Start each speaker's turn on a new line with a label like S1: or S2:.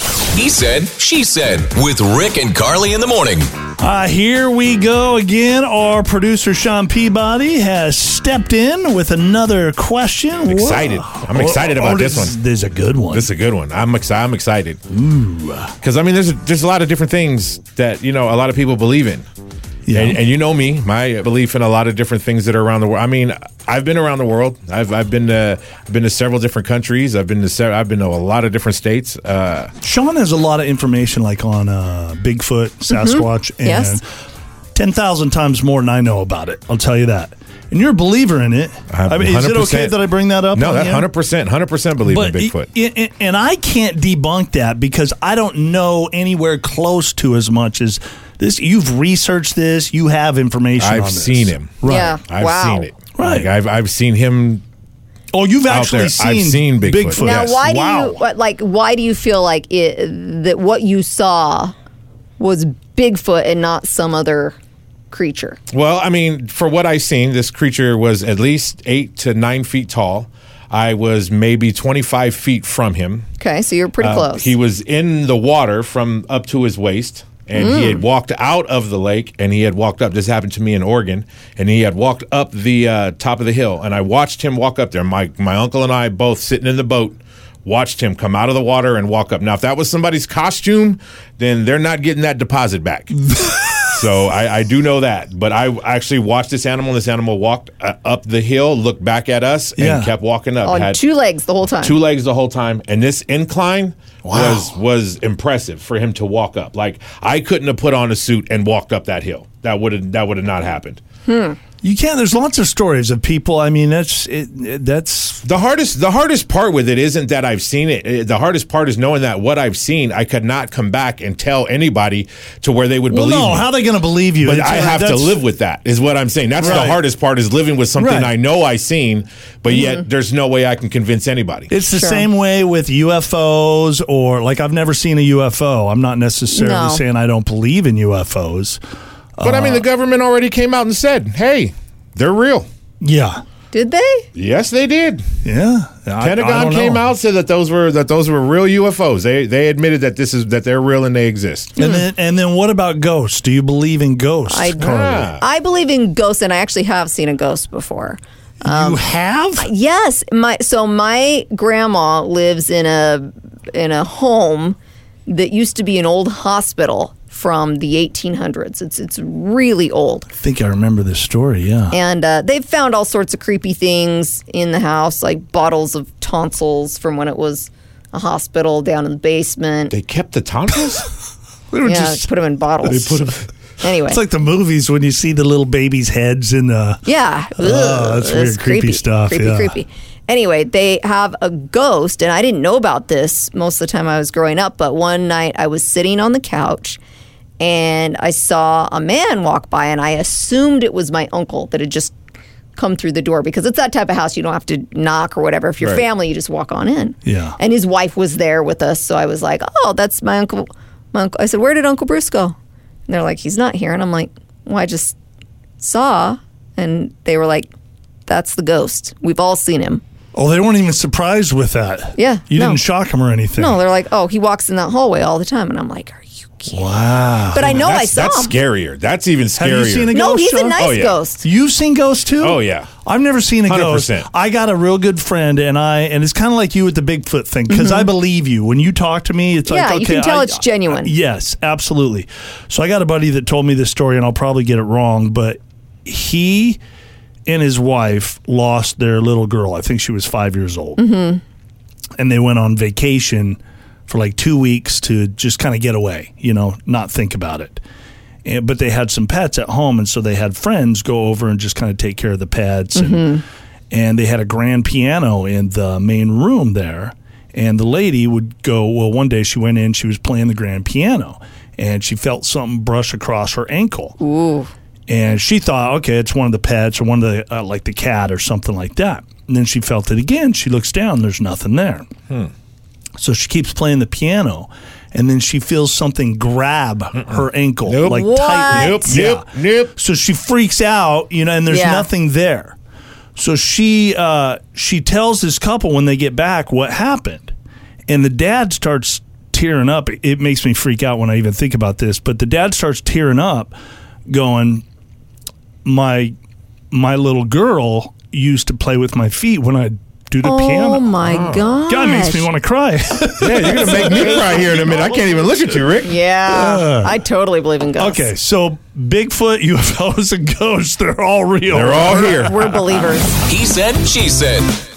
S1: He said, she said with Rick and Carly in the morning.
S2: Uh, here we go again. Our producer Sean Peabody has stepped in with another question. I'm
S3: excited. I'm excited about this one.
S2: There's a good one.
S3: This is a good one. I'm exci- I'm excited. Because I mean, there's a, there's a lot of different things that you know a lot of people believe in,
S2: Yeah.
S3: and, and you know me, my belief in a lot of different things that are around the world. I mean, I've been around the world. I've I've been to I've been to several different countries. I've been to se- I've been to a lot of different states. Uh,
S2: Sean has a lot of information, like on uh, Bigfoot,
S3: Mm-hmm.
S2: Sasquatch, and
S4: Yes.
S2: ten thousand times more than I know about it. I'll tell you that. And you're a believer in it.
S3: I'm
S2: I mean, is it okay
S3: 100%
S2: that I bring that up?
S3: No,
S2: on
S3: that
S2: the air?
S3: hundred percent, hundred percent believe in
S2: i-
S3: Bigfoot.
S2: i- i- and I can't debunk that because I don't know anywhere close to as much as this. You've researched this. You have information. on
S3: I've
S2: this.
S3: seen him.
S2: Right.
S4: Yeah.
S3: I've
S4: wow.
S3: seen it.
S2: Right.
S3: Like, I've I've seen him.
S2: Oh, you've
S3: Out
S2: actually
S3: there.
S2: seen.
S3: I've seen Bigfoot.
S2: Bigfoot.
S4: Now,
S3: Yes.
S4: why do
S2: wow.
S4: you what- like? Why do you feel like it, that what you saw was Bigfoot and not some other creature?
S3: Well, I mean, for what I've seen, this creature was at least eight to nine feet tall. I was maybe twenty five feet from him.
S4: Okay, so you're pretty
S3: Uh,
S4: close.
S3: He was in the water from up to his waist, and he
S4: Mm.
S3: had walked out of the lake, and he had walked up. This happened to me in Oregon, and he had walked up the uh, top of the hill, and I watched him walk up there. My my uncle and I both sitting in the boat. Watched him come out of the water and walk up. Now, if that was somebody's costume, then they're not getting that deposit back. so I, I do know that. But I actually watched this animal. This animal walked uh, up the hill, looked back at us, and
S2: Yeah.
S3: kept walking up.
S4: on
S3: Had-
S4: two legs the whole time.
S3: two legs the whole time and this incline was was impressive for him to walk up like i couldn't have put on a suit and walked up that hill that would have that would have not happened
S2: You can. There's lots of stories of people. I mean, that's it, it- that's
S3: the hardest the hardest part with it isn't that i've seen it Eh, the hardest part is knowing that what i've seen i could not come back and tell anybody to where they would
S2: well,
S3: believe
S2: no.
S3: me.
S2: How are they going to believe you?
S3: but
S2: It's-
S3: I have to
S2: that's-
S3: live with that. Is what I'm saying. That's
S2: Right.
S3: the hardest part is living with something
S2: Right.
S3: I know I seen, but yet there's no way I can convince anybody.
S2: It's the
S4: Sure.
S2: same way with UFOs or like I've never seen a UFO. I'm not necessarily
S4: No.
S2: saying I don't believe in UFOs.
S3: but I mean, the government already came out and said, "Hey, they're real."
S2: Yeah.
S4: Did they?
S3: Yes, they did.
S2: Yeah. I- I
S3: Pentagon
S2: don't
S3: came
S2: know.
S3: out said that those were that those were real UFOs. They they admitted that this is that they're real and they exist.
S2: And then, and then what about ghosts? Do you believe in ghosts?
S4: I
S2: Carly?
S3: Ah.
S4: I believe in ghosts, and I actually have seen a ghost before. Um,
S2: you have?
S4: Yes, my so my grandma lives in a in a home that used to be an old hospital from the 1800s. It's it's really old.
S2: I think I remember this story. Yeah.
S4: and uh, they've found all sorts of creepy things in the house, like bottles of tonsils from when it was a hospital down in the basement.
S3: They kept the tonsils.
S2: We were
S4: yeah,
S2: just-
S4: put them in bottles.
S2: they put 'em-
S4: anyway,
S2: It's like the movies when you see the little babies' heads uh, in the.
S4: yeah, Ugh,
S2: Oh, that's weird, creepy stuff,
S4: Creepy,
S2: yeah.
S4: creepy. Anyway, they have a ghost, and I didn't know about this most of the time I was growing up. But one night I was sitting on the couch. And I saw a man walk by, and I assumed it was my uncle that had just come through the door because it's that type of house. You don't have to knock or whatever. If you're
S3: Right.
S4: family, you just walk on in.
S2: Yeah.
S4: And his wife was there with us, so I was like, "Oh, that's my uncle." My uncle. I said, "Where did Uncle Bruce go?" And they're like, "He's not here." And I'm like, "Well, I just saw," and they were like, "That's the ghost. We've all seen him."
S2: Oh, they weren't even surprised with that.
S4: Yeah,
S2: You
S4: no.
S2: didn't shock them or anything.
S4: No, they're like, "Oh, he walks in that hallway all the time,wn and I'm like, "Are you kidding?"
S2: Wow.
S4: But I know I
S3: that's,
S4: saw
S3: that's
S4: him.
S3: scarier. That's even scarier.
S2: Have you seen a
S4: No,
S2: ghost?
S4: he's a
S2: Sean?
S4: nice
S3: Oh, yeah.
S4: ghost.
S2: You've seen ghosts too?
S3: Oh, yeah.
S2: I've never seen a ghost.
S3: 100%.
S2: I got a real good friend, and I and it's kind of like you with the Bigfoot thing because
S4: Mm-hmm.
S2: I believe you when you talk to me. It's like
S4: Yeah, you
S2: okay,
S4: can tell
S2: I-
S4: it's genuine.
S2: yes, absolutely. So I got a buddy that told me this story, and I'll probably get it wrong, but he and his wife lost their little girl. I think she was five years old,
S4: Mm-hmm.
S2: and they went on vacation for like two weeks to just kind of get away, you know, not think about it. And, but they had some pets at home, and so they had friends go over and just kind of take care of the pets. And,
S4: Mm-hmm.
S2: and they had a grand piano in the main room there. And the lady would go, well, one day she went in, she was playing the grand piano, and she felt something brush across her ankle. Ooh. And she thought, okay, it's one of the pets or one of the, uh, like the cat or something like that. And then she felt it again. She looks down, there's nothing there.
S3: Hmm.
S2: So she keeps playing the piano, and then she feels something grab her ankle,
S3: Nope.
S2: like
S4: What?
S2: tightly.
S3: Nope,
S2: Yeah.
S3: nope, nope.
S2: So she freaks out, you know, and there's
S4: Yeah.
S2: nothing there. So she uh, she tells this couple when they get back what happened, and the dad starts tearing up. It makes me freak out when I even think about this. But the dad starts tearing up, going, "My my little girl used to play with my feet when I do the
S4: oh
S2: piano."
S4: my gosh.
S2: God, it makes me want to cry.
S3: Yeah, you're gonna make me cry here in a minute. I can't even look at you, Rick.
S4: Yeah, I totally believe in ghosts.
S2: okay, so Bigfoot, UFOs, and ghosts—they're all real.
S3: They're all here.
S4: we're believers.
S1: He said, she said.